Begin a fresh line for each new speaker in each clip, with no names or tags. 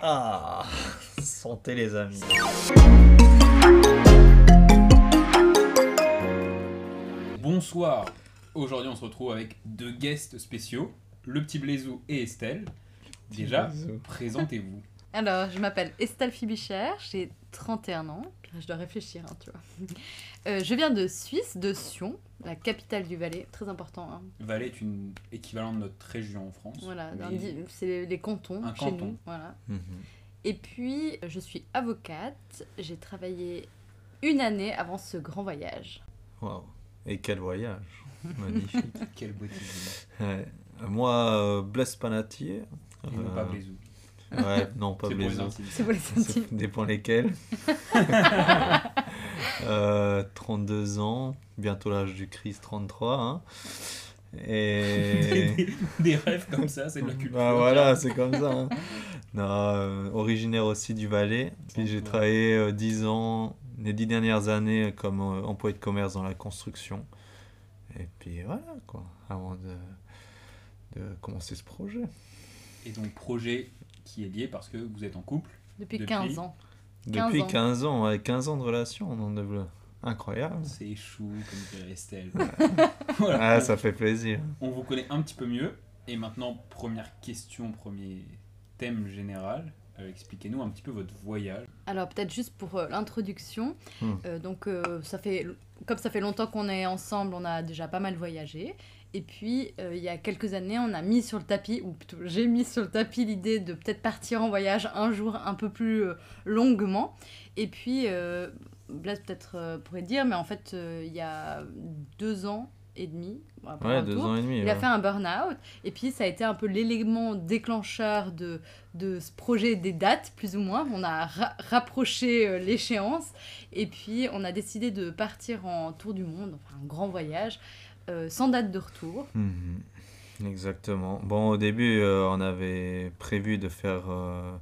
Ah, santé les amis.
Bonsoir. Aujourd'hui, on se retrouve avec deux guests spéciaux, le petit Blaisou et Estelle. Déjà,
Bisous.
présentez-vous.
Alors, je m'appelle Estelle Fibicher, j'ai 31 ans. Puis là, Je dois réfléchir, hein, tu vois. Euh, je viens de Suisse, de Sion, la capitale du Valais. Très important. hein.
Valais est une équivalent de notre région en France.
Voilà,
mais
un di- c'est les cantons
Un
chez
canton.
nous. Voilà.
Mhm.
Et puis, je suis avocate. J'ai travaillé une année avant ce grand voyage.
Waouh. Et quel voyage. Magnifique.
Quelle beauté. dis-moi.
Ouais. Moi, euh, Blaise Panatier.
Et non
euh,
pas Blaisou.
Ouais, non, pas
C'est pour les
Blaise.
intimes.
C'est pour les
Ça
intimes.
dépend lesquels. Euh, 32 ans, bientôt l'âge du Christ, 33. hein. Et...
Des, des rêves comme ça, c'est de la culture.
Bah voilà, c'est comme ça. hein. Non, euh, originaire aussi du Valais. Puis j'ai travaillé euh, 10 ans, les 10 dernières années, comme euh, employé de commerce dans la construction. Et puis voilà, quoi, avant de, de commencer ce projet.
Et donc, projet qui est lié parce que vous êtes en couple.
Depuis,
Depuis
15 ans. 15
Depuis
ans.
15 ans, ouais, 15 ans de relation, on en développe. Incroyable.
C'est chou, comme dirait Estelle.
Ah,
voilà.
ça fait plaisir.
On vous connaît un petit peu mieux. Et maintenant, première question, premier thème général. Euh, Expliquez-nous un petit peu votre voyage.
Alors peut-être juste pour euh, l'introduction,
Hmm.
Euh, donc euh, ça fait comme ça fait longtemps qu'on est ensemble, on a déjà pas mal voyagé. Et puis euh, il y a quelques années, on a mis sur le tapis, ou plutôt j'ai mis sur le tapis l'idée de peut-être partir en voyage un jour un peu plus euh, longuement. Et puis euh, Blaise peut-être euh, pourrait dire, mais en fait euh, il y a deux ans et demi, bon, après
Ouais,
un
deux
tour,
ans et demi.
il a
ouais.
fait un burn-out et puis ça a été un peu l'élément déclencheur de, de ce projet des dates, plus ou moins. On a ra- rapproché euh, l'échéance et puis on a décidé de partir en tour du monde, enfin un grand voyage, euh, sans date de retour.
Mhm. Exactement. Bon, au début, euh, on avait prévu de faire euh,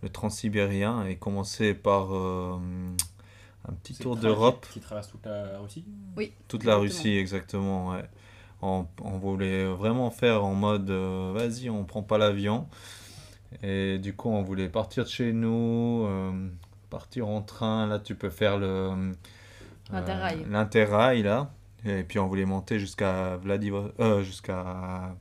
le transsibérien et commencer par euh, un petit
C'est
tour
le trajet
d'Europe,
Qui traverse toute la Russie.
toute la
Exactement.
Russie, exactement. ouais. On, on voulait vraiment faire en mode euh, vas-y, on prend pas l'avion. Et du coup, on voulait partir de chez nous, euh, partir en train. Là, tu peux faire le euh,
L'Interrail.
l'Interrail, là. Et puis, on voulait monter jusqu'à Vladivostok, euh, jusqu'à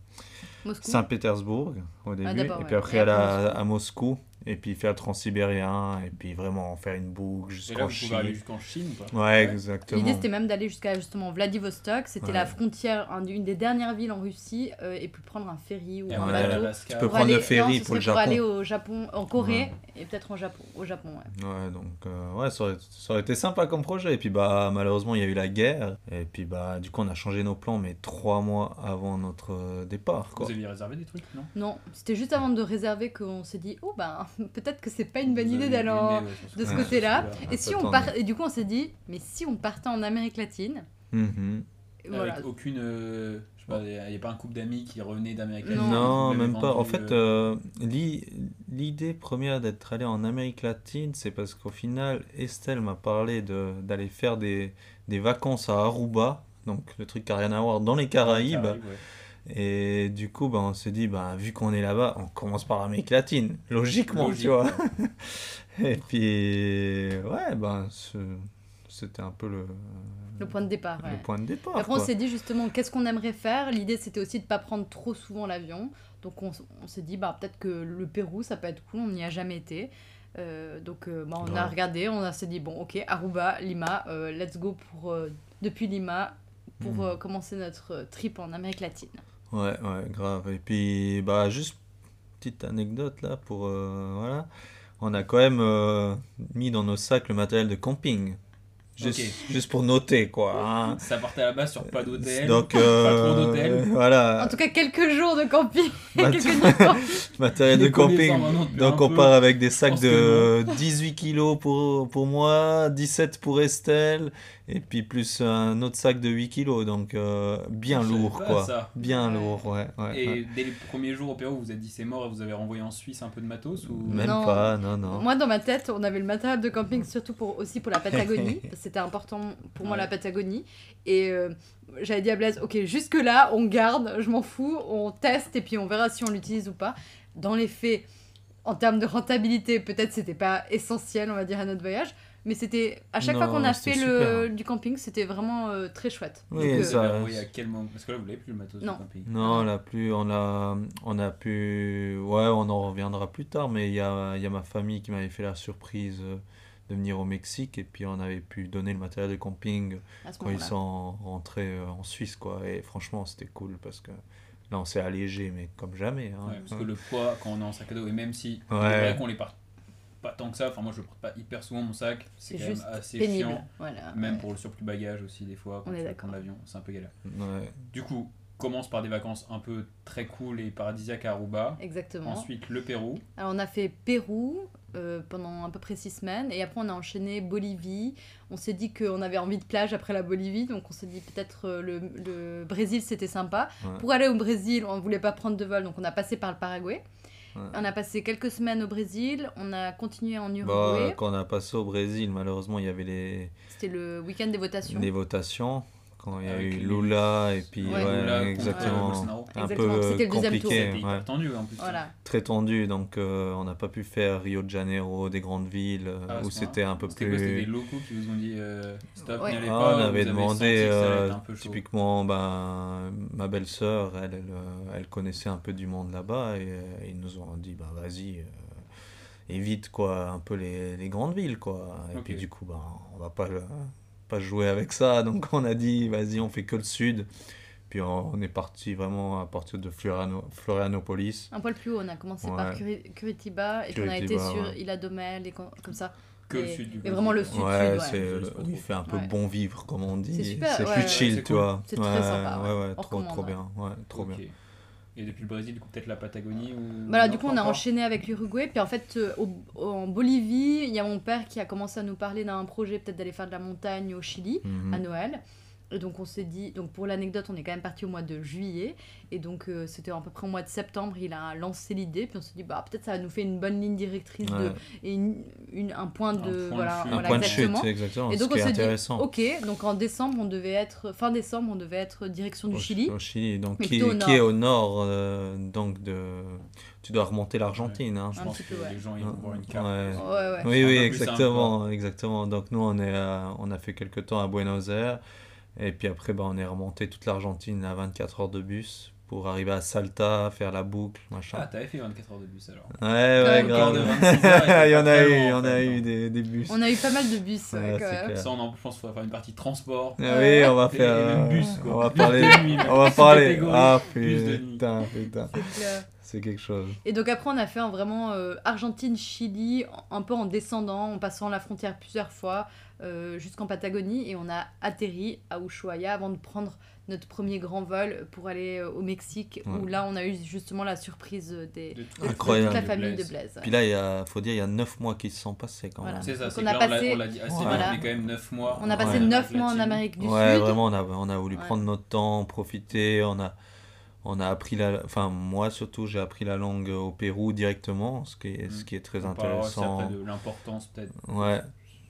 Moscou.
Saint-Pétersbourg au début,
Ah, d'abord,
et
ouais.
puis après
Et
aller
après
à, à Moscou, et puis faire le transsibérien, et puis vraiment faire une boucle
Et
jusqu'en
là, vous pouvez aller
Chine.
jusqu'en Chine ou pas
Ouais,
L'idée
exactement.
c'était même d'aller jusqu'à justement Vladivostok, c'était
Ouais.
la frontière, un- une des dernières villes en Russie, euh, et puis prendre un ferry ou
Et
un
après,
Ouais.
bateau.
Tu
l'Alaska.
peux
Pour
prendre le
aller-
ferry
non, ce
pour le
serait
Japon.
aller au Japon, en Corée, et peut-être au Japon. Au Japon ouais.
Ouais, donc euh, ouais, ça aurait, ça aurait été sympa comme projet. Et puis bah malheureusement il y a eu la guerre, et puis bah du coup on a changé nos plans, mais trois mois avant notre euh, départ quoi.
Vous aviez réservé des trucs, non
Non, c'était juste avant de réserver qu'on s'est dit, oh ben, peut-être que c'est pas une bonne
Vous
idée
avez
d'aller en-
aimé, ouais, je pense
de ce
que-
côté-là.
Avec
Et, si on
Attendez.
part... et du coup, on s'est dit, mais si on partait en Amérique latine
Mhm.
Et voilà.
aucune. euh, je sais pas, il n'y a pas un couple d'amis qui revenait d'Amérique
Non.
Non,
latine qui vous avait
même pas. En
vendu,
fait,
euh,
euh, l'i- l'idée première d'être allé en Amérique latine, c'est parce qu'au final, Estelle m'a parlé de- d'aller faire des, des vacances à Aruba, donc le truc qui n'a rien à voir, dans les
Ah,
Caraïbes.
ouais.
Et du coup, bah, on s'est dit, bah, vu qu'on est là-bas, on commence par l'Amérique latine, logiquement,
Logique,
tu vois.
ouais.
Et puis, ouais, ben ce- c'était un peu le,
Le point de départ. ouais.
le point de départ.
Après, on
quoi.
s'est dit justement, qu'est-ce qu'on aimerait faire L'idée, c'était aussi de pas prendre trop souvent l'avion. Donc, on, s- on s'est dit, bah, peut-être que le Pérou, ça peut être cool, on n'y a jamais été. Euh, donc, euh, bah, on
Ouais.
a regardé, on a- s'est dit, bon, ok, Aruba, Lima, euh, let's go pour, euh, depuis Lima pour
Mhm.
euh, commencer notre euh, trip en Amérique latine.
Ouais, ouais, grave. Et puis, bah, juste petite anecdote là pour. euh, voilà. On a quand même euh, mis dans nos sacs le matériel de camping. Juste,
Ok.
juste pour noter, quoi. hein.
Ça partait à la base sur pas d'hôtel.
Donc,
Pas trop
euh,
d'hôtel.
voilà.
En tout cas, quelques jours de camping,
Mat-
Ah, quelques nuits de camping.
matériel de
Les connaissants
camping.
maintenant depuis
Donc,
un
on
peu.
part avec des sacs
pense
de 18 kilos pour, pour moi, 17 pour Estelle, et puis plus un autre sac de 8 kilos. Donc, euh, bien
Je savais
lourd,
pas
quoi.
ça.
Bien
Ouais.
lourd, ouais. ouais, ouais.
Et dès les premiers jours au Pérou, vous vous êtes dit c'est mort et vous avez renvoyé en Suisse un peu de matos ou...
Même
Non.
pas, non, non.
Moi, dans ma tête, on avait le matériel de camping surtout pour, aussi pour la Patagonie. parce que C'était important pour moi
Ouais.
la Patagonie. Et euh, j'avais dit à Blaise, ok, jusque-là, on garde, je m'en fous, on teste et puis on verra si on l'utilise ou pas. Dans les faits, en termes de rentabilité, peut-être c'était pas essentiel, on va dire, à notre voyage. Mais c'était à chaque fois
Non,
qu'on a
c'était
fait le,
super.
du camping, c'était vraiment euh, très chouette.
Oui,
Donc, euh,
ça-
Alors, oui, à quel moment Parce que là, vous n'avez plus le matos
Non.
du camping.
Non, on a plus, on a, on a pu, ouais, on en reviendra plus tard, mais il y a, il y a ma famille qui m'avait fait la surprise euh, de venir au Mexique et puis on avait pu donner le matériel de camping
à ce
quand ils
moment-là.
sont rentrés euh, en Suisse, quoi. Et franchement, c'était cool parce que là, on s'est allégé, mais comme jamais. hein.
Ouais, parce que le poids, quand on est en sac à dos, et même si c'est
Ouais.
vrai qu'on les porte pas tant que ça, enfin moi je porte pas hyper souvent mon sac, c'est
C'est
quand
juste
même assez
Pénible.
chiant.
Voilà.
Même
ouais.
pour le surplus bagage aussi, des fois, quand
On est
tu vas
d'accord.
prendre l'avion, c'est un peu galère.
Ouais.
Du coup, commence par des vacances un peu très cool et paradisiaques à Aruba.
Exactement.
Ensuite, le Pérou.
Alors on a fait Pérou euh, pendant à peu près six semaines et après on a enchaîné Bolivie. On s'est dit qu'on avait envie de plage après la Bolivie, donc on s'est dit peut-être euh, le, le Brésil c'était sympa.
Ouais.
Pour aller au Brésil, on voulait pas prendre de vol, donc on a passé par le Paraguay.
Ouais.
On a passé quelques semaines au Brésil, on a continué en
Bah,
Uruguay.
quand on a passé au Brésil, malheureusement, il y avait les,
C'était le week-end des votations.
les votations. Quand il y a
Avec
eu
les-
Lula et puis
Ouais.
ouais,
Lula contre euh,
exactement,
Bolsonaro.
un peu
Exactement, c'était
euh,
le deuxième tour.
compliqué.
C'était
ouais.
hyper tendu en plus.
Voilà.
très tendu, donc euh, on n'a pas pu faire Rio de Janeiro, des grandes villes euh,
Ah, à ce
où
moment-là.
c'était un peu
C'était quoi C'était des
plus.
locaux qui vous ont dit euh, stop,
Ouais.
n'y allez
Ah,
pas
on
ou vous
avait
avez senti
demandé,
que ça allait
euh,
être un peu chaud.
typiquement, ben, ma belle-sœur, elle, elle, euh, elle connaissait un peu du monde là-bas et euh, ils nous ont dit, ben vas-y, euh, évite quoi, un peu les, les grandes villes quoi. Et
Ok.
puis du coup, ben, on va pas, euh, pas jouer avec ça, donc on a dit, vas-y, on fait que le sud. Puis on, on est parti vraiment à partir de Floriano- Florianopolis.
Un poil plus haut, on a commencé par
Ouais.
Curi- Curitiba et puis on a été
Curitiba,
sur
ouais.
Ilha do Mel et com- comme ça.
Que le
Et-
sud du
et
Brésil.
vraiment le sud.
Ouais,
sud,
c'est
ouais.
euh, où il fait un peu
Ouais.
bon vivre, comme on dit.
C'est super,
C'est
ouais,
plus
ouais.
chill,
C'est
tu
cool.
vois.
C'est très sympa, ouais.
Ouais, ouais,
On
trop,
recommande,
trop
ouais.
bien. Ouais, trop
Ok.
bien.
Et depuis le Brésil, du coup, peut-être la Patagonie ou...
Voilà, du coup, on a
encore
enchaîné avec l'Uruguay. Puis en fait, euh, au- au- en Bolivie, il y a mon père qui a commencé à nous parler d'un projet, peut-être d'aller faire de la montagne au Chili
Mhm.
à Noël. Et donc, on s'est dit, donc pour l'anecdote, on est quand même parti au mois de juillet. Et donc, euh, c'était à peu près au mois de septembre, il a lancé l'idée. Puis on s'est dit, bah, peut-être ça va nous faire une bonne ligne directrice
Ouais.
de, et une, une- un point de.
point de
voilà,
chute.
Un
voilà,
point de
exactement.
chute, exactement.
Et donc,
ce
on
qui est
s'est dit,
intéressant.
Ok, donc en décembre, on devait être. Fin décembre, on devait être direction du
Au-
Chili.
Au Chili, donc
Mais
qui,
plutôt au
qui est au nord, euh, donc de. Tu dois remonter l'Argentine. hein.
Je
Un
pense
petit
que
peu, ouais.
les gens ils vont
Ouais.
voir une carte.
Ouais.
Ouais, ouais.
C'est
Oui,
un
oui,
peu plus simple,
exactement, exactement. Donc nous, on est, à- on a fait quelques temps à Buenos Aires, et puis après, ben, on est remonté toute l'Argentine à 24 heures de bus pour arriver à Salta, faire la boucle, machin.
Ah, t'avais fait 24 heures de bus alors.
Ouais,
Ouais,
ouais,
le
grave.
quart de
26 heures,
il y en a eu,
vraiment,
on
en
a
fait,
eu
non.
des, des bus.
On a eu pas mal de bus.
Ouais,
ouais, quand
c'est
même.
clair.
Ça, on en- je pense qu'il faudrait faire une partie transport.
Ah oui, on va
Et
faire.
le
euh,
bus,
on
quoi.
va
Bus
parler.
de nuit, même.
On va
Bus
parler.
catégorie.
Ah
Bus de nuit.
putain, putain.
C'est clair.
C'est quelque chose.
Et donc après, on a fait un vraiment euh, Argentine-Chili, en- un peu en descendant, en passant la frontière plusieurs fois, euh, jusqu'en Patagonie, et on a atterri à Ushuaia avant de prendre notre premier grand vol pour aller euh, au Mexique,
Ouais.
où là, on a eu justement la surprise des,
De
de- de
toute-
Incroyable.
toute la
de
famille de
Blaise.
Blaise.
Puis là, il y a, faut dire, il y a 9 mois qui se sont passés quand
Voilà.
même.
C'est ça,
Donc,
c'est
on
que
a
là, on l'a-
passé-
on l'a dit assez
Voilà.
vite, mais quand même 9 mois.
On a
Ouais.
passé neuf mois en
latine.
Amérique du
Ouais,
Sud.
vraiment, on a, on a voulu
Ouais.
prendre notre temps, profiter. On a, on a appris la. Enfin, moi surtout, j'ai appris la langue au Pérou directement, ce qui est, ce
Mm.
qui est très
On parlera aussi
intéressant.
après de l'importance peut-être
Ouais,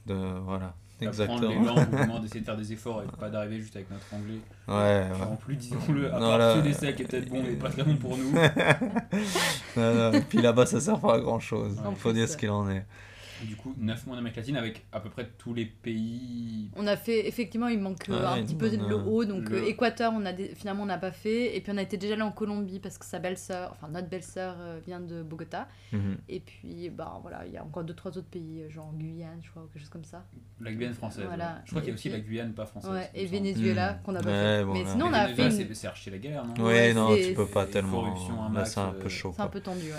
de, voilà.
d'apprendre les
Exactement.
langues, au moment d'essayer de faire des efforts et de pas d'arriver juste avec notre anglais.
Ouais, ouais.
En plus, disons-le, à
Non,
part
là,
ceux des sacs qui est peut-être bon et pas très bon pour nous.
Non, non, Puis là-bas, ça sert pas à grand chose.
En
Il faut dire
plus,
ce qu'il en est.
Du coup, 9 mois en Amérique latine avec à peu près tous les pays.
On a fait, effectivement, il manque euh,
Ouais,
un
une
petit peu de
bonne,
le haut, donc
le-
euh, Équateur, on a dé- finalement, on n'a pas fait. Et puis, on a été déjà allé en Colombie parce que sa belle-sœur, enfin, notre belle-sœur euh, vient de Bogota.
Mhm.
Et puis, bah, voilà, il y a encore deux, trois autres pays, euh, genre Guyane, je crois, ou quelque chose comme ça.
La Guyane française.
Voilà.
ouais. Je crois qu'il y a
Et
aussi
puis-
la Guyane pas française.
ouais,
il
et
me semble.
Venezuela,
Hmm.
qu'on n'a pas
Ouais,
fait.
voilà.
Mais sinon, on
Mais
a
Venezuela,
fait une...
c'est- C'est archi la guerre, non
Ouais,
Ouais,
non,
c'est-
tu peux pas
c'est
tellement.
corruption, un
Là,
max,
c'est un
euh,
peu chaud.
C'est un
Quoi.
peu tendu, ouais.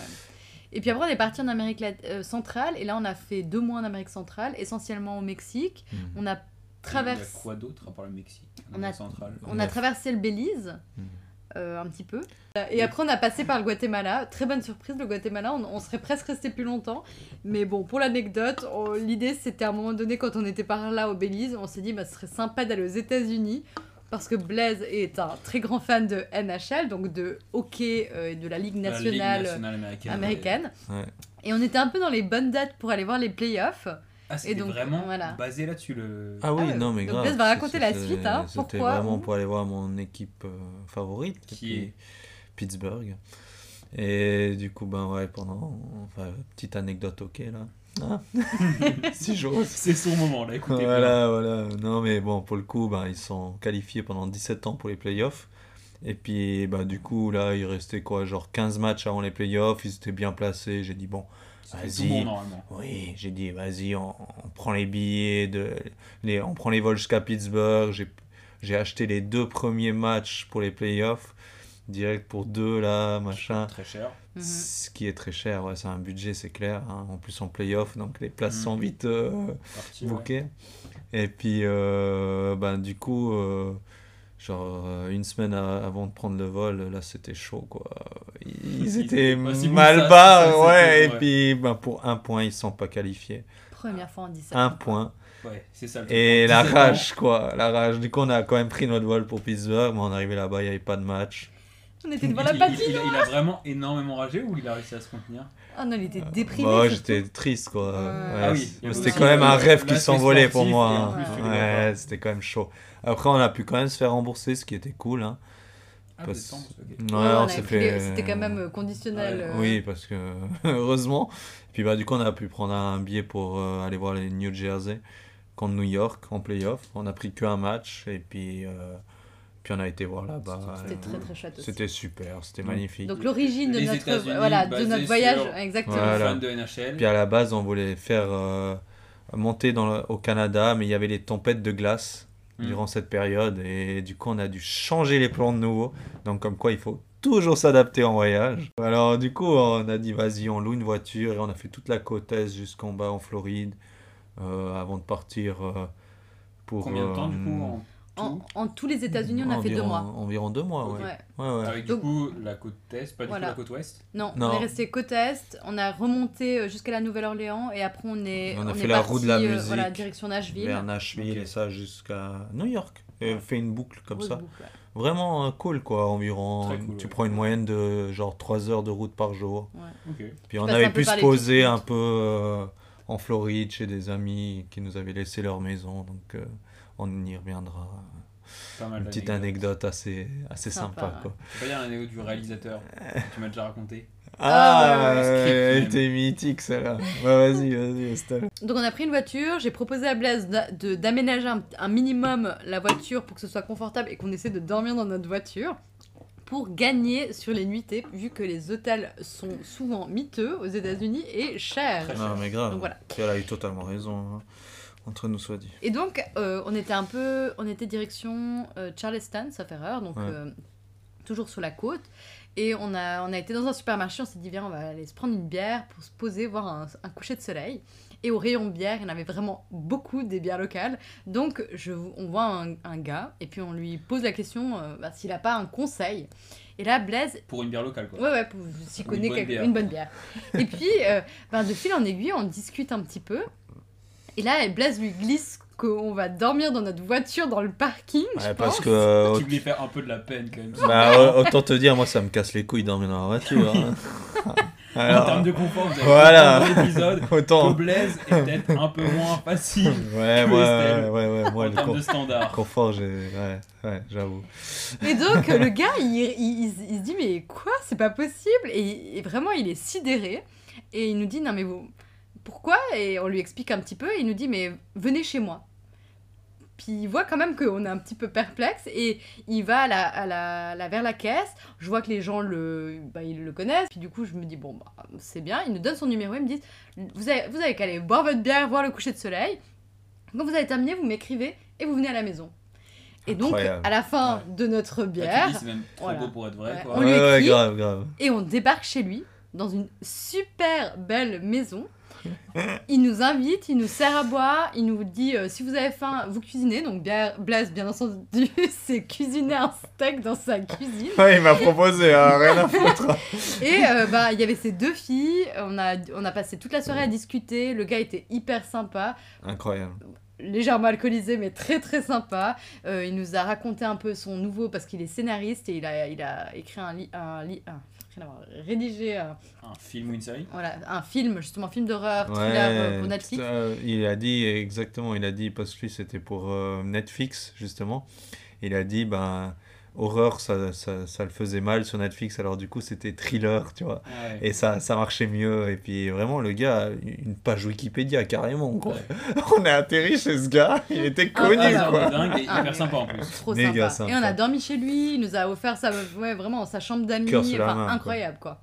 Et puis après, on est parti en Amérique lat- euh, centrale, et là, on a fait deux mois en Amérique centrale, essentiellement au Mexique.
Mhm.
On a
Il y a
traversé,
quoi d'autre à part le Mexique
On a-
central.
on a traversé le Belize.
Mhm.
euh, un petit peu. Et après, on a passé par le Guatemala. Très bonne surprise, le Guatemala. On, on serait presque resté plus longtemps. Mais bon, pour l'anecdote, on- l'idée, c'était à un moment donné, quand on était par là au Belize, on s'est dit, bah, ce serait sympa d'aller aux États-Unis. Parce que Blaise est un très grand fan de NHL, donc de hockey euh, et de la Ligue
La Ligue
nationale,
nationale américaine.
américaine.
Ouais.
Et on était un peu dans les bonnes dates pour aller voir les playoffs.
Ah, c'était
donc,
vraiment
voilà.
basé là-dessus le.
Ah oui,
Ah ouais.
non, mais
Donc,
grave.
Blaise va
c'est-
raconter la
c'est-
suite, hein,
C'était
pourquoi,
vraiment
où
pour aller voir mon équipe euh, favorite,
Qui
qui
est
est Pittsburgh. Et du coup, ben ouais, pendant. Enfin, petite anecdote, ok, là. Ah. si j'ose.
C'est son moment là, écoutez.
Voilà, voilà. Non, mais bon, pour le coup, ben, ils sont qualifiés pendant 17 ans pour les playoffs. Et puis, ben, du coup, là, il restait quoi, genre 15 matchs avant les playoffs. Ils étaient bien placés. J'ai dit, bon,
C'est
Vas-y.
tout bon normalement.
oui, j'ai dit, vas-y, on, on prend les billets, de, les, on prend les vols jusqu'à Pittsburgh. J'ai- J'ai acheté les deux premiers matchs pour les playoffs. Direct pour deux, là, machin.
Très cher.
Mhm.
Ce qui est très cher, ouais, c'est un budget, c'est clair. hein. En plus, en playoff, donc les places sont
Mhm.
vite euh,
Parti, ouais.
bookées. Et puis, euh, ben, du coup, euh, genre euh, une semaine a- avant de prendre le vol, là, c'était chaud, quoi. Ils
Ils
étaient
étaient pas si bons
mal
que ça,
bas,
ça, c'était-
ouais. Et
ouais.
puis, ben, pour un point, ils sont pas qualifiés.
Première fois en 17
Un point.
Ouais, c'est ça le truc.
Et
En
la
17 ans,
rage, quoi. La rage. Du coup, on a quand même pris notre vol pour Pittsburgh, mais on est arrivé là-bas, il n'y avait pas de match.
On était
il-
devant la
il- il, il
patinoire.
a- il a vraiment énormément ragé ou il a réussi à se contenir
Ah non, il était déprimé.
Bah ouais,
surtout.
j'étais triste quoi.
Ouais.
Ouais,
Ah oui,
c'est-
il y avait
c'était
aussi,
quand même
euh,
un rêve qui
l'aspect
s'envolait pour
sportif,
moi.
et en
hein.
plus,
tu les
vois
ouais,
pas.
c'était quand même chaud. Après, on a pu quand même se faire rembourser, ce qui était cool. Hein.
Ah,
Parce-
décembre, ok.
Ouais,
Ouais,
on
on
s'est
avait pris
fait-
les- C'était quand même euh, conditionnel.
Ouais.
euh,
Oui, parce que heureusement. Puis bah du coup, on a pu prendre un billet pour euh, aller voir les New Jersey contre New York en playoff. On a pris qu'un match et puis euh, puis on a été voir là-bas.
C'était
Euh,
très très chouette aussi.
C'était super, c'était
Donc,
magnifique.
Donc l'origine de
Les
notre,
États-Unis,
voilà, de
basé
notre voyage,
sur-
exactement.
Voilà.
Fan de NHL.
Puis à la base, on voulait faire euh, monter dans le- au Canada, mais il y avait les tempêtes de glace
Mm.
durant cette période. Et du coup, on a dû changer les plans de nouveau. Donc, comme quoi, il faut toujours s'adapter en voyage. Alors, du coup, on a dit, vas-y, on loue une voiture. Et on a fait toute la côte est jusqu'en bas en Floride euh, avant de partir euh, pour.
Combien de temps du
euh,
coup en tout
En, en tous les États-Unis, on a fait deux
environ-
mois.
Environ deux mois, ouais.
Ouais.
Ouais, ouais.
Avec
Donc-
du coup la côte est, pas du
Voilà.
tout la côte ouest.
Non,
Non.
on est resté côte est, on a remonté euh, jusqu'à la Nouvelle-Orléans et après on est.
On a
est
fait la roue de la
parti, euh,
musique
Voilà, direction Nashville.
Vers Nashville
Ok.
et ça jusqu'à New York. Et
Ouais.
fait une boucle comme
Grosse
ça.
boucle, ouais.
vraiment euh, cool quoi environ
Très cool,
tu
ouais.
prends une moyenne de genre 3 heures de route par jour
Ok.
puis on
passes un
avait
peu
pu
par
se
les
poser
petites
un
routes.
peu euh, en Floride chez des amis qui nous avaient laissé leur maison donc euh, on y reviendra
Pas mal
une petite
d'anecdotes.
anecdote assez assez
Sympa,
sympa,
ouais.
quoi
Je vais pas dire l'anecdote du réalisateur. que tu m'as déjà raconté.
ah
ouais, ouais,
ouais.
elle
Script,
était mythique celle-là bah, vas-y vas-y Estelle
Donc on a pris une voiture, j'ai proposé à Blaise d'a- de- d'aménager un, un minimum la voiture pour que ce soit confortable et qu'on essaie de dormir dans notre voiture pour gagner sur les nuitées vu que les hôtels sont souvent miteux aux États-Unis et chers.
Très
non mais grave
Donc voilà.
Puis elle a eu totalement raison hein. entre nous soit dit
Et donc, euh, on était un peu, on était direction euh, Charleston, sauf erreur, donc
Ouais.
euh, toujours sur la côte. Et on a, on a été dans un supermarché, on s'est dit, viens, on va aller se prendre une bière pour se poser, voir un, un coucher de soleil. Et au rayon bière, il y en avait vraiment beaucoup des bières locales. Donc, je, on voit un, un gars, et puis on lui pose la question euh, bah, s'il n'a pas un conseil. Et là, Blaise,
Pour une bière locale quoi.
Ouais, ouais, pour s'y
Une
connaît
bonne
quelque-
bière.
une bonne bière. Et puis, euh, ben, de fil en aiguille, on discute un petit peu. Et là, Blaise lui glisse qu'on va dormir dans notre voiture dans le parking. je
Ouais, parce
pense.
que euh,
Tu voulais faire un peu de la peine quand même.
bah, euh, autant te dire moi ça me casse les couilles de dormir dans la voiture hein.
En termes de confort, vous avez
Voilà.
fait un bon épisode.
autant
Que Blaise est peut-être un peu moins facile
Ouais,
Que
moi, ouais,
Estelle.
ouais, ouais, moi,
en
le
termes
con-
de standard.
confort, j'ai... Ouais, ouais, j'avoue.
Et donc, le gars, il, il- il- il se dit, mais quoi C'est pas possible et, et vraiment, il est sidéré. Et il nous dit, non, mais vous, pourquoi Et on lui explique un petit peu. Et il nous dit, mais venez chez moi. Puis il voit quand même qu'on est un petit peu perplexe. Et il va à la, à la- la- vers la caisse. Je vois que les gens le, bah, ils le connaissent. Puis du coup, je me dis, bon, bah, c'est bien. Il nous donne son numéro. Il me dit, vous avez, vous avez qu'à aller boire votre bière, voir le coucher de soleil. Quand vous avez terminé, vous m'écrivez et vous venez à la maison. Et donc,
Incroyable.
à la fin de notre
Bah, tu
bière,
dis, C'est même trop
Voilà.
beau pour être vrai.
Ouais.
quoi.
On lui
ouais, ouais,
écrit.
grave, grave.
et on débarque chez lui dans une super belle maison. Il nous invite, il nous sert à boire, il nous dit euh, si vous avez faim, vous cuisinez. Donc Bia- Blaise, bien entendu, s'est cuisiné un steak dans sa cuisine.
Ouais, il m'a proposé, hein, rien à foutre.
Et euh, bah il y avait ses deux filles. On a on a passé toute la soirée à discuter. Le gars était hyper sympa,
Incroyable.
légèrement alcoolisé mais très très sympa. Euh, il nous a raconté un peu son nouveau parce qu'il est scénariste et il a il a écrit un lit un li- un- rien à voir, rédigé un
Un film ou une série
Voilà, un film, justement, un film d'horreur,
Ouais,
thriller euh, pour Netflix.
putain, il a dit, exactement, il a dit, parce que lui, c'était pour euh, Netflix, justement. Il a dit, ben, horreur, ça, ça, ça le faisait mal sur Netflix, alors du coup, c'était thriller, tu vois.
Ouais.
Et ça, ça marchait mieux. Et puis vraiment, le gars, a une page Wikipédia carrément. Quoi.
Ouais.
On est atterri chez ce gars, il était
Ah,
connu.
Ah,
nul,
ça,
quoi.
c'est dingue et hyper sympa en plus.
Trop
Méga
sympa.
sympa.
Et on a dormi chez lui, il nous a offert sa, ouais, vraiment sa chambre d'amis,
Cœur sous la
enfin,
main, quoi.
incroyable quoi.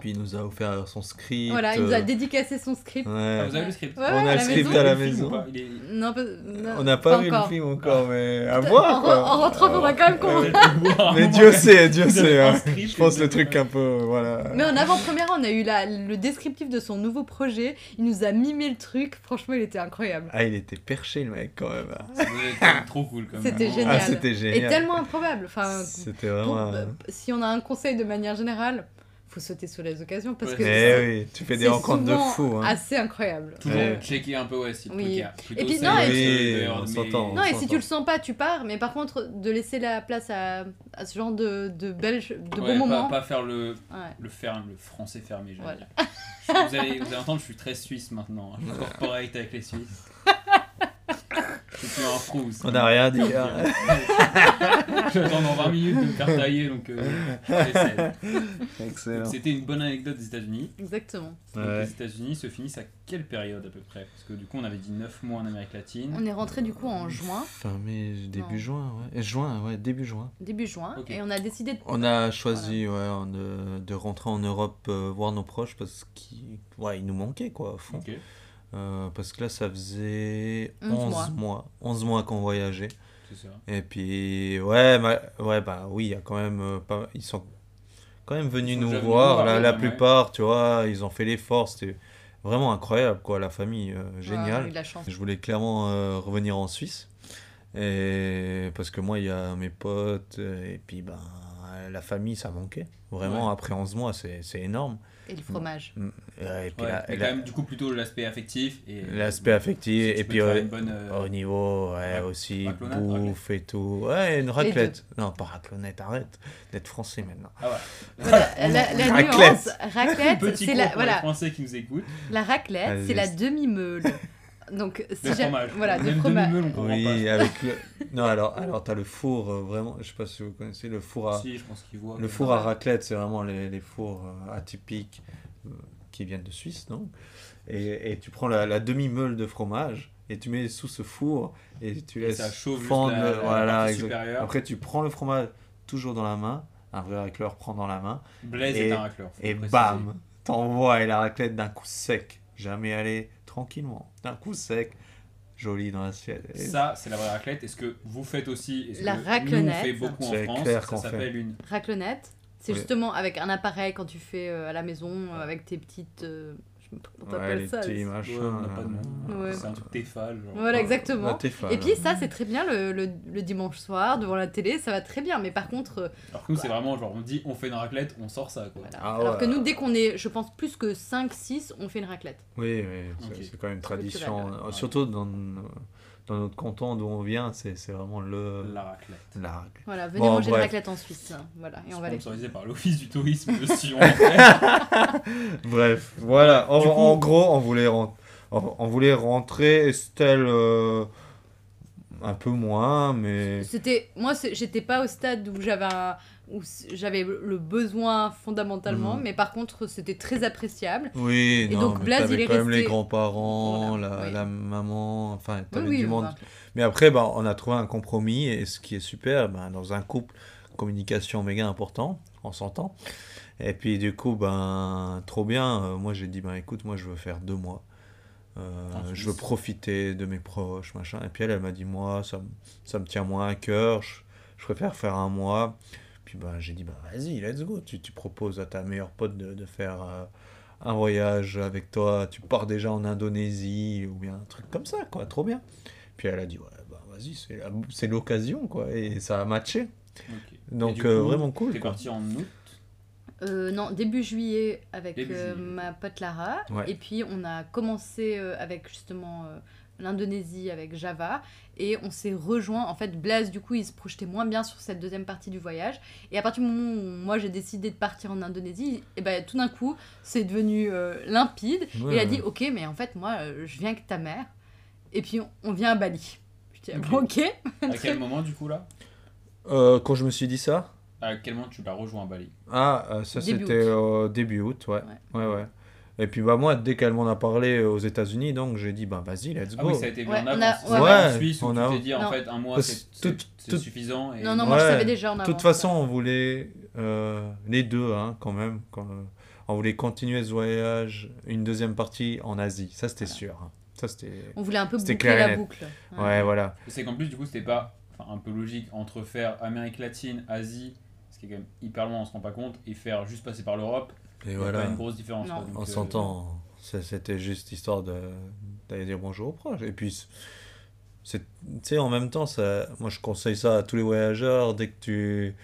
Puis il nous a offert son script.
Voilà, il nous a
euh,
dédicacé son script.
Ah,
ouais.
vous avez le script
Ouais,
On a
à
le
la
script
maison.
à la
Le film ou
maison.
pas Il est-
Non, pas- non,
On n'a pas vu le
encore.
film encore, mais
euh,
à
En,
voir
re- en
quoi. Euh,
rentrant, faudra quand même qu'on.
Ouais, ouais.
Mais Dieu sait, Dieu
Vous
sait.
avez un
hein.
script
Je pense
et
le
vous-
truc un peu, euh, voilà.
Mais en avant-première, on a eu la, le descriptif de son nouveau projet. Il nous a mimé le truc. Franchement, il était incroyable.
Ah, il était perché le mec quand même. hein.
Ça devait être trop cool quand même.
C'était
Ah,
Ah,
génial.
c'était
Et
génial.
tellement euh, improbable. Enfin,
C'était
pour- euh,
vraiment. un-
si on a un conseil de manière générale, faut sauter sur les occasions parce
Ouais,
que
Mais
c'est
oui, tu fais des rencontres de
souvent
fous. Hein.
assez incroyable.
Toujours
Ouais.
checker un peu ouais, si le
Oui.
truc est plutôt
Et puis,
safe,
non, et-
euh,
Oui,
d'ailleurs,
on
mais-
s'entend.
Non, et si
s'entend.
tu le sens pas, tu pars. Mais par contre, de laisser la place à, à ce genre de, de belles, ch- de
Ouais,
bons
pas-
moments.
Pas faire le
Ouais.
le ferme, le français fermé. j'allais
Voilà.
dire. Je- Vous allez, vous allez entendre, je suis très suisse maintenant. hein. Je suis corporate avec les Suisses. Je suis un frousse.
On n'a rien dit. hein.
J'attends dans 20 minutes de me faire tailler, donc euh, j'essaie. Donc,
Excellent.
C'était une bonne anecdote des États-Unis.
Exactement.
Donc,
Ouais.
Les États-Unis se finissent à quelle période à peu près Parce que du coup, on avait dit 9 mois en Amérique latine.
On est rentré du coup en juin,
Fin mai, début
Non.
juin, ouais. Euh, Juin, ouais, début juin.
début juin,
Ok.
et on a décidé de.
On a choisi ouais, en, euh, de rentrer en Europe euh, voir nos proches parce qu'ils ouais, ils nous manquaient, quoi, au fond.
Ok.
Euh, parce que là, ça faisait 11,
Onze
mois.
mois.
11 mois qu'on voyageait.
C'est ça.
Et puis, ouais, ma- ouais bah oui, il y a quand même euh, pas- Ils sont quand même venus
sont
nous
déjà venus
voir,
nous voir,
la,
ouais,
la
ouais.
plupart, tu vois, ils ont fait l'effort, c'était vraiment incroyable, quoi, la famille, euh,
Ouais, on
génial.
a eu de la chance.
Je voulais clairement euh, revenir en Suisse. Et parce que moi, il y a mes potes, euh, et puis ben, la famille, ça manquait. Vraiment, après 11 mois, c'est c'est énorme.
Et le fromage.
Euh, Et puis
Ouais,
la-
mais quand
la-
même, du coup, plutôt l'aspect affectif. et- euh,
l'aspect affectif,
Si tu
et
peux
puis
te faire
euh,
une bonne, euh,
au niveau ouais, aussi
raclonnade,
bouffe et tout. Ouais, une raclette. Non, pas raclonnette, arrête d'être français maintenant.
Ah ouais.
Voilà, la, la nuance,
Raclette.
raclette,
Petit
c'est
cours
la,
pour les
voilà,
Français qui nous écoutent.
la raclette,
Allez,
c'est la
c'est-
demi-meule. Donc, si
De
j'ai-
fromage.
Voilà, de
Même
fromage.
demi-meule, on comprend
Oui, avec le. Non, alors, alors t'as le four, euh, vraiment, je sais pas si vous connaissez, le four
pas.
à,
Si, je pense qu'ils voient.
ah, le four à raclette, c'est vraiment les, les fours euh, atypiques euh, qui viennent de Suisse, non et, et tu prends la, la demi-meule de fromage et tu mets sous ce four et tu
Et
laisses
ça chauffe juste
fendre.
la-
le-
la
voilà,
partie
exact.
supérieure.
Après, tu prends le fromage toujours dans la main, un vrai racleur prend dans la main
Blaise
Et-
est un racleur. faut
et
le préciser.
bam T'envoies et la raclette d'un coup sec. Jamais aller tranquillement. D'un coup sec, joli dans l'assiette. Et
Ça, c'est la vraie raclette. Est-ce que vous faites aussi est-ce
La
que Nous, on
raclonnette.
fait beaucoup en
C'est
France.
clair
ça
qu'on fait.
s'appelle une.
Raclonnette, c'est
Oui.
justement avec un appareil quand tu fais euh, à la maison, euh, avec tes petites. euh, je sais pas comment
Ouais,
t'appelles
les
ça.
petits
les-
machins.
Ouais, on n'a
euh,
pas de nom.
Ouais.
C'est un truc téfal. genre.
Voilà, exactement.
Bah, t'es fan.
Et puis ça, c'est très bien le, le- le dimanche soir, devant la télé, ça va très bien. Mais par contre, euh,
Alors que nous, c'est vraiment genre, on dit on fait une raclette, on sort ça quoi.
voilà.
Ah
Alors
ouais.
que nous, dès qu'on est, je pense, plus que 5-6, on fait une raclette.
Oui, oui, c'est
Ok.
c'est quand même tradition. euh,
Culturel,
ouais.
Surtout dans, dans notre canton d'où on vient, c'est c'est vraiment le.
La raclette.
La raclette.
Voilà, venez
Bon,
manger
bref.
une raclette en Suisse. hein. Voilà, et on va les.
Sponsorisé par l'Office du tourisme de Sion. en fait.
Bref, voilà. En,
Du coup-
en gros, on voulait, ren- on, on voulait rentrer Estelle euh, un peu moins, mais.
C'était moi c'est- j'étais pas au stade où j'avais un- où s- j'avais le besoin fondamentalement
Mhm.
mais par contre c'était très appréciable.
Oui,
Et
non,
donc,
mais
Blaise,
t'avais
il est
quand même
resté-
les grands-parents,
Voilà,
la,
oui.
la maman, enfin,
Oui
t'avais
oui,
du
on
monde.
va-
Mais après, bah, on a trouvé un compromis, et ce qui est super, ben, dans un couple, communication méga important, on s'entend. Et puis du coup, ben, trop bien, euh, moi j'ai dit, ben écoute, moi je veux faire deux mois. Euh,
En
je veux
Suisse.
profiter de mes proches, machin. Et puis elle, elle m'a dit, moi, ça, me- ça me tient moins à cœur, je, je préfère faire un mois. Puis ben, j'ai dit, ben vas-y, let's go, tu, tu proposes à ta meilleure pote de, de faire euh, un voyage avec toi, tu pars déjà en Indonésie, ou bien un truc comme ça, quoi, trop bien. Puis elle a dit, ouais, ben vas-y, c'est la- c'est l'occasion, quoi, et ça a matché.
Ok. Et
Donc
du
euh,
coup,
vraiment cool.
T'es
quoi.
parti en août.
Euh, non, début juillet avec
Début
euh,
juillet.
ma pote Lara.
Ouais.
Et puis on a commencé euh, avec justement euh, l'Indonésie, avec Java. Et on s'est rejoint. En fait, Blaise, du coup, il se projetait moins bien sur cette deuxième partie du voyage. Et à partir du moment où moi j'ai décidé de partir en Indonésie, et ben tout d'un coup, c'est devenu euh, limpide.
Ouais,
il a
ouais.
dit Ok, mais en fait, moi, euh, je viens avec ta mère. Et puis on, on vient à Bali. Je dis Ah bon, Ok.
À quel moment du coup là
Euh, quand je me suis dit ça
À quel moment tu l'as rejoint à Bali
Ah, euh, ça
Début
c'était
août.
euh, début août, ouais. ouais. ouais, Et puis bah moi, dès qu'elle m'en a parlé euh, aux États-Unis, donc j'ai dit, bah vas-y, let's
Ah
go.
oui, ça a été vu
Ouais,
en
on a-
avance.
ouais.
en
Ouais,
Suisse,
on
où
a-
tu t'es dit, en
Non.
fait, un mois,
Parce
c'est
tout-
c'est- c'est
tout-
suffisant. Et...
Non, non, moi je
Ouais.
savais déjà en
de
avance.
toute façon, on voulait euh, les deux, hein, quand même. quand- on voulait continuer ce voyage, une deuxième partie en Asie. Ça, c'était sûr. hein. Ça, c'était.
On voulait un peu
C'était
boucler
clair et
la
net.
boucle.
Ouais, voilà.
C'est qu'en plus, du coup, c'était pas enfin, un peu logique entre faire Amérique latine, Asie, ce qui est quand même hyper loin, on se rend pas compte, et faire juste passer par l'Europe,
Et
il y a
voilà.
pas une grosse différence.
Non.
quoi. Donc,
On
euh,
s'entend. Ça, C'était juste histoire de- d'aller dire bonjour aux proches. Et puis, c'est- tu sais, en même temps, ça, moi, je conseille ça à tous les voyageurs dès que tu.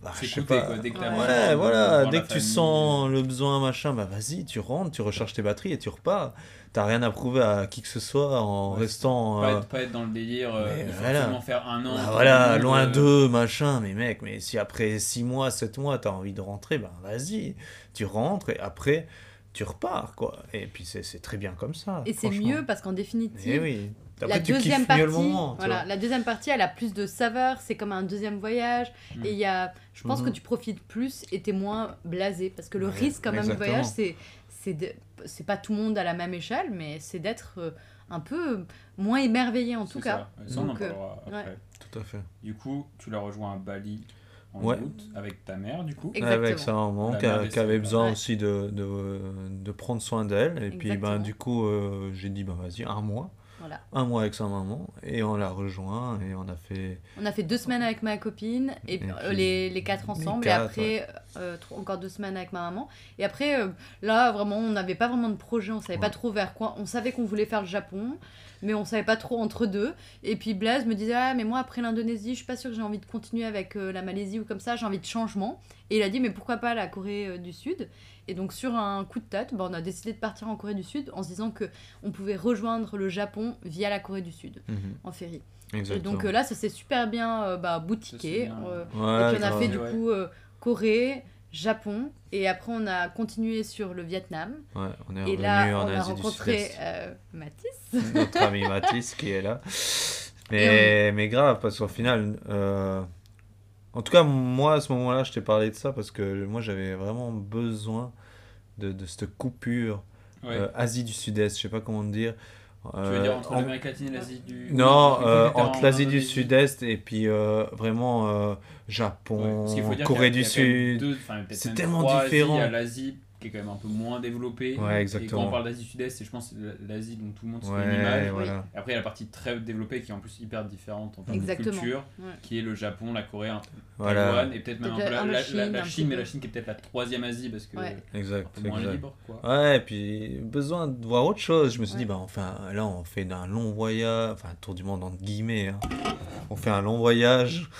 bah,
C'est
je sais
coûté,
pas.
quoi, dès que t'as
Ouais,
besoin
Ouais,
de
voilà,
voir
dès
la
que tu
famille.
sens le besoin, machin, bah vas-y, tu rentres, tu recharges tes batteries et tu repars. T'as rien à prouver à qui que ce soit en
Ouais, Bah,
restant.
Pas
euh,
être, pas être dans le délire, euh,
Mais
il faut
voilà.
absolument faire un an.
bah
tout le
voilà,
monde,
loin
euh,
d'eux, machin, mais mec, mais si après 6 mois, 7 mois, t'as envie de rentrer, bah vas-y, tu rentres et après, tu repars, quoi. Et puis c'est c'est très bien comme ça.
Et c'est
franchement.
mieux parce qu'en
Eh
définitive,
oui.
la
Après, tu
deuxième
kiffes
partie,
mieux le moment. tu
voilà,
vois.
la deuxième partie, elle a plus de saveur. C'est comme un deuxième voyage.
Mm.
Et il y a, je pense que
Mhm.
tu profites plus et t'es moins blasé parce que le
Ouais,
risque quand même du
exactement.
voyage, c'est, c'est, de- c'est pas tout le monde à la même échelle, mais c'est d'être euh, un peu moins émerveillé en
c'est
tout
ça.
cas.
Ouais, ça, on en
Donc, euh,
parlera après.
Tout à fait.
Du coup, tu l'as rejoint à Bali en
Ouais.
août avec ta mère, du coup.
Et-
Avec sa maman
La
qui,
mère
a-
de
qui
ses
avait
parents.
besoin
Ouais.
aussi de, de, de prendre soin d'elle. Et puis ben,
Exactement.
du coup, euh, j'ai dit, ben, vas-y, un mois.
Voilà.
Un mois avec sa maman. Et on l'a rejoint et on a fait...
On a fait deux semaines avec ma copine, et,
Et
puis, euh,
puis,
les, les quatre
les
ensemble,
quatre,
et après euh, trois- encore deux semaines avec ma maman. Et après, euh, là, vraiment, on n'avait pas vraiment de projet, on savait pas
Ouais.
trop vers quoi. On savait qu'on voulait faire le Japon, mais on savait pas trop entre deux. Et puis Blaise me disait, ah, mais moi, après l'Indonésie, je suis pas sûre que j'ai envie de continuer avec euh, la Malaisie ou comme ça, j'ai envie de changement. Et il a dit, mais pourquoi pas la Corée euh, du Sud Et donc, sur un coup de tête, bah, on a décidé de partir en Corée du Sud en se disant que on pouvait rejoindre le Japon via la Corée du Sud,
Mhm.
en ferry. Et donc euh, là, ça s'est super bien euh, bah, boutiqué.
Ça, c'est bien.
euh,
Ouais,
et puis on a
grave.
fait du
Ouais.
coup euh, Corée, Japon, et après on a continué sur le Vietnam.
Ouais, on est
et
revenu
là,
en
on a
Asie du
rencontré
Sud-Est.
euh, Mathis.
Notre ami Mathis qui est là. Mais, mais grave, parce qu'au final, euh, en tout cas, moi à ce moment-là, je t'ai parlé de ça parce que moi j'avais vraiment besoin de, de cette coupure
Ouais.
euh, Asie du Sud-Est, je sais pas comment dire.
tu veux
Euh,
dire entre
en-
l'Amérique latine et l'Asie du
Non,
J'ai cru que
euh,
t'étais en
entre l'Asie du
Indonésie.
Sud-Est et puis euh, vraiment euh,
Ouais,
Japon,
parce qu'il faut dire
Corée
qu'il y
du
a- il y a quand même
Sud.
deux- enfin, peut-être
c'est
même
tellement
trois
différent.
Asies. Il y a l'Asie qui est quand même un peu moins développée.
Ouais,
Et quand
exactement.
on parle d'Asie du Sud-Est, c'est, je pense c'est l'Asie dont tout le monde se fait une
Ouais,
image.
voilà.
Et Après, il y a la partie très développée qui est en plus hyper différente en termes de
Exactement.
culture,
Ouais.
qui est le Japon, la Corée, un-
Voilà,
Taïwan et peut-être même un peu
Peut-être
la,
la
la- la-
Chine,
la
un petit
Chine, mais
peu.
la Chine qui est peut-être la troisième Asie parce que
Ouais.
exact.
un peu moins
exact.
libre. Quoi.
Ouais, et puis besoin de voir autre chose. Je me suis
Ouais.
dit, bah enfin, là, on fait un long voyage, enfin, tour du monde entre guillemets. hein. On fait un long voyage.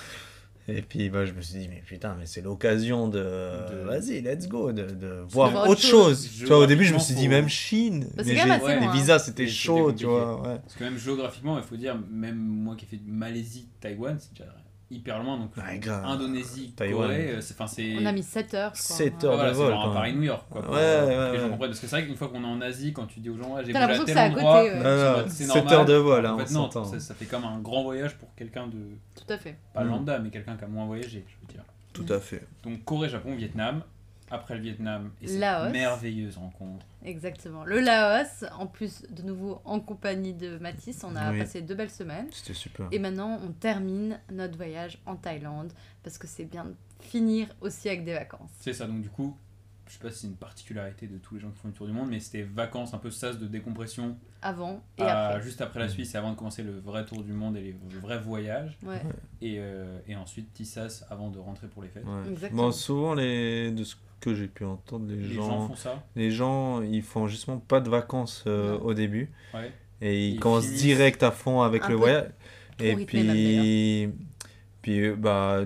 Et puis, bah, je me suis dit, mais putain, mais c'est l'occasion de.
De-
Vas-y, let's go, de, de voir
voir
autre,
autre
chose. Tu vois, au début, je me
Géographiquement,
suis
faut-
dit, même Chine.
Bah, c'est
mais
quand
j'ai-
même assez
les
loin,
visas, c'était
C'était
chaud,
compliqué.
tu vois. Ouais.
Parce que même géographiquement, il faut dire, même moi qui ai fait Malaisie, Taïwan, c'est déjà hyper loin. Donc
Ouais, grave.
Indonésie,
Taïwan.
Corée, euh, c'est, enfin, c'est...
On a mis 7 heures. je crois,
Sept
ouais.
heures.
Ah, voilà,
de
c'est
vol,
genre
quand
un
même.
Paris-New-York. Quoi, pour,
Ouais,
euh, que
ouais,
les gens
ouais.
comprennent. Parce que c'est vrai qu'une fois qu'on est en Asie, quand tu dis aux gens, ah, j'ai
T'as
voulu à
l'impression que
tel
c'est à
endroit,
côté, euh.
ils sont
Ah,
en mode,
non,
c'est
sept
normal.
heures de vol, hein,
en
on
fait, non,
s'entend.
ça, ça fait comme un grand voyage pour quelqu'un de.
Tout à fait.
Pas
Mm.
lambda, mais quelqu'un qui a moins voyagé, je veux dire.
Tout à fait.
Donc Corée, Japon, Vietnam. Après le Vietnam, et cette
Laos.
merveilleuse rencontre.
Exactement. Le Laos, en plus de nouveau en compagnie de Mathis, on a
Oui.
passé deux belles semaines.
C'était super.
Et maintenant, on termine notre voyage en Thaïlande parce que c'est bien de finir aussi avec des vacances.
C'est ça, donc du coup, je sais pas si c'est une particularité de tous les gens qui font le tour du monde, mais c'était vacances, un peu sas de décompression,
Avant et
à-
après.
Ah, juste après la Suisse et avant de commencer le vrai tour du monde et les vrais voyages.
Ouais,
Et, euh, et ensuite, petit sas avant de rentrer pour les fêtes.
Ouais.
exactement.
Bon, souvent, les... de ce que j'ai pu entendre, les,
Les gens
gens,
font ça.
les gens, ils font justement pas de vacances euh,
Non.
au début.
Ouais.
Et ils
Ils
commencent
finissent
direct à fond avec
un
le
peu
voyage. Et
rythmé même,
puis, puis euh, bah,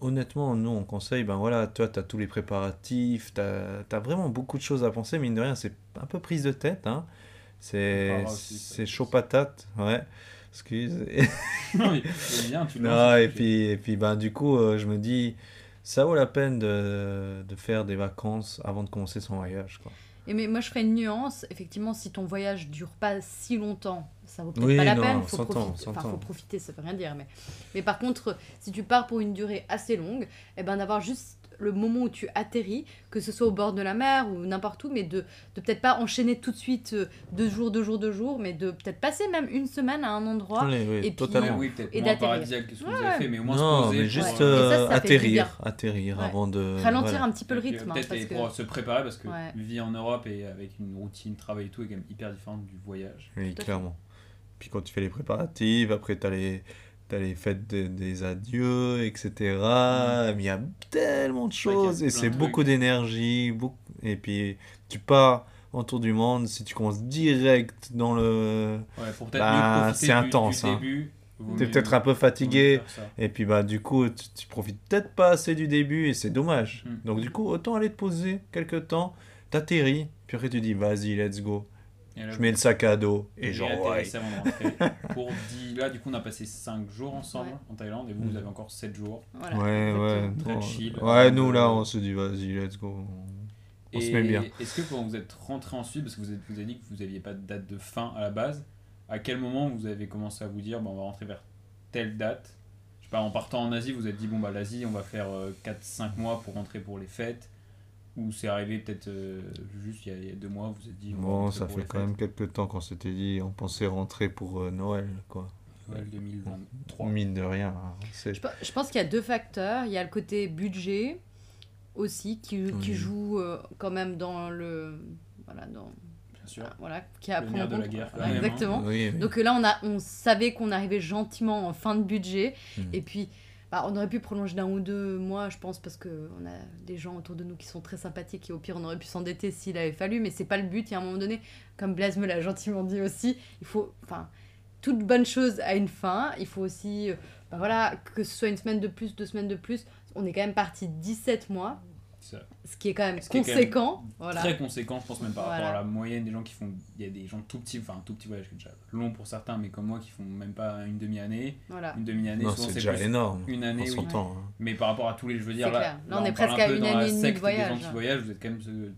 honnêtement, nous, on conseille, ben voilà, toi, tu as tous les préparatifs, tu as, vraiment beaucoup de choses à penser, mine de rien, c'est un peu prise de tête. Hein.
On
C'est
parlera aussi, ça,
c'est
je
chaud
pense.
patate, ouais. Excuse.
non, mais c'est bien, tu le
Non,
lances,
et
tu-
puis, et puis ben, du coup, euh, je me dis, ça vaut la peine de, de faire des vacances avant de commencer son voyage. Quoi.
Et mais moi, je ferais une nuance. Effectivement, si ton voyage dure pas si longtemps, ça vaut peut-être
Oui,
pas la
non,
peine.
on
Faut
s'entend,
profiter.
on
Enfin,
s'entend.
faut profiter, ça veut rien dire. Mais, mais par contre, si tu pars pour une durée assez longue, eh ben d'avoir juste le moment où tu atterris, que ce soit au bord de la mer ou n'importe où, mais de, de peut-être pas enchaîner tout de suite euh, deux jours, deux jours, deux jours, mais de peut-être passer même une semaine à un endroit.
Oui, oui,
Et puis,
Ouais,
totalement.
oui, peut-être
Et
moins
d'atterrir.
paradisiaque que ce que vous
Ouais.
avez fait, mais au moins se
non,
poser.
mais
pour,
juste
euh,
euh,
Et ça, ça fait du
atterrir, atterrir
Ouais.
avant de.
Ralentir
voilà.
un petit peu le
puis, euh,
rythme. hein,
Peut-être
parce
et
que...
pour se préparer parce que
Ouais.
vie en Europe et avec une routine, travail et tout est quand même hyper différente du voyage.
Oui,
Tout à fait.
clairement. Puis quand tu fais les préparatifs, après t'as les, t'as les fêtes de- des adieux, etc. Mais
Mm.
il y a tellement de
vrai qu'il y a
choses et
plein
c'est
de
beaucoup
trucs.
d'énergie. Beaucoup... Et puis tu pars en tour du monde, si tu commences direct dans le.
Ouais, pour peut-être
Bah,
mieux profiter
c'est
du-
intense,
du
hein.
début. vaut
T'es
mieux-
peut-être un peu
vaut mieux
fatigué.
faire ça.
Et puis bah du coup, tu, tu profites peut-être pas assez du début et c'est dommage.
Mm.
Donc du coup, autant aller te poser quelques temps, t'atterris, puis après tu dis vas-y, let's go.
Et là,
Je mets le sac à dos et
Et j'ai
j'envoie.
atterrissé avant de rentrer. pour 10... Là, du coup, on a passé 5 jours ensemble
Ouais.
en Thaïlande et vous, vous
Mm.
avez encore 7 jours.
Voilà,
ouais, ouais,
exactement.
Très
non.
chill.
ouais, nous là on se dit vas-y, let's go. On se
Et
met bien.
Est-ce que quand vous êtes rentré ensuite, parce que vous, êtes, vous avez dit que vous n'aviez pas de date de fin à la base, à quel moment vous avez commencé à vous dire bon, on va rentrer vers telle date Je sais pas, en partant en Asie, vous vous êtes dit bon, bah l'Asie, on va faire 4-5 mois pour rentrer pour les fêtes Ou c'est arrivé peut-être euh, juste il y a- il y a 2 mois, vous vous êtes dit on va
Bon,
rentrer
ça
pour
fait
les
quand même
fêtes
quelques temps qu'on s'était dit, on pensait rentrer pour euh, Noël, quoi.
Noël 2023.
Mine de rien. hein. C'est-
Je, pe- je pense qu'il y a deux facteurs. Il y a le côté budget aussi qui, qui
Oui.
joue euh, quand même dans le. Voilà, dans,
Bien sûr.
voilà qui a à
Le
prendre
nerf
en
de la
compte.
guerre, quand
Voilà,
même, hein.
exactement.
Oui, oui.
Donc euh, là, on, a, on savait qu'on arrivait gentiment en fin de budget.
Hmm.
Mm.
Et puis, bah, on aurait pu prolonger d'un ou deux mois, je pense, parce qu'on a des gens autour de nous qui sont très sympathiques. Et au pire, on aurait pu s'endetter s'il avait fallu. Mais c'est pas le but. Il y a un moment donné, comme Blaise me l'a gentiment dit aussi, il faut. Enfin, toute bonne chose a une fin. Il faut aussi. euh, bah, voilà, que ce soit une semaine de plus, deux semaines de plus. On est quand même parti 17 mois,
Ça-
ce qui est quand même
Ce qui est quand même
conséquent. voilà.
très conséquent, je pense même par
Voilà.
rapport à la moyenne des gens qui font. Il y a des gens tout petits, enfin un tout petit voyage qui est déjà long pour certains, mais comme moi qui font même pas une demi-année.
voilà.
Une demi-année,
Non,
souvent
c'est
c'est
déjà
plus
énorme.
une
On
année, oui.
s'entend. hein.
Mais par rapport à tous les, je veux dire,
C'est
là,
clair. Là, on est
parle
presque à
un peu
une
dans la
année et demie de
secte des
voyage,
gens
hein.
qui voyagent, vous êtes quand même ceux-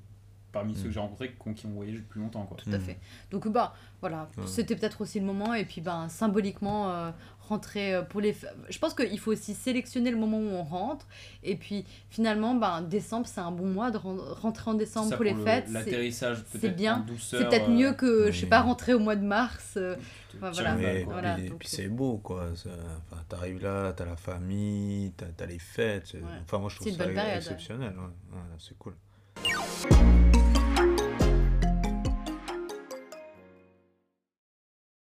parmi
Mm.
ceux que j'ai rencontrés qui ont, qui ont voyagé le plus longtemps. Quoi.
tout à
Mm.
fait. Donc bah voilà,
Ouais.
c'était peut-être aussi le moment et puis ben symboliquement euh, rentrer euh, pour les. f- Je pense qu'il faut aussi sélectionner le moment où on rentre et puis finalement ben décembre c'est un bon mois de ren- rentrer en décembre
Ça,
pour les
le-
fêtes. c'est-
L'atterrissage
c'est
peut-être
bien.
en douceur. euh,
C'est peut-être mieux que je sais
oui.
pas rentrer au mois de mars. euh, Enfin, voilà.
Oui, et
voilà.
puis,
voilà.
et
donc
puis
c'est-
c'est beau, quoi. ça- Enfin, t'arrives là, t'as la famille, t'as t'as les fêtes.
Ouais.
Enfin, moi, je
C'est
trouve
une
ça
bonne période,
exceptionnel. ouais. Ouais, c'est cool.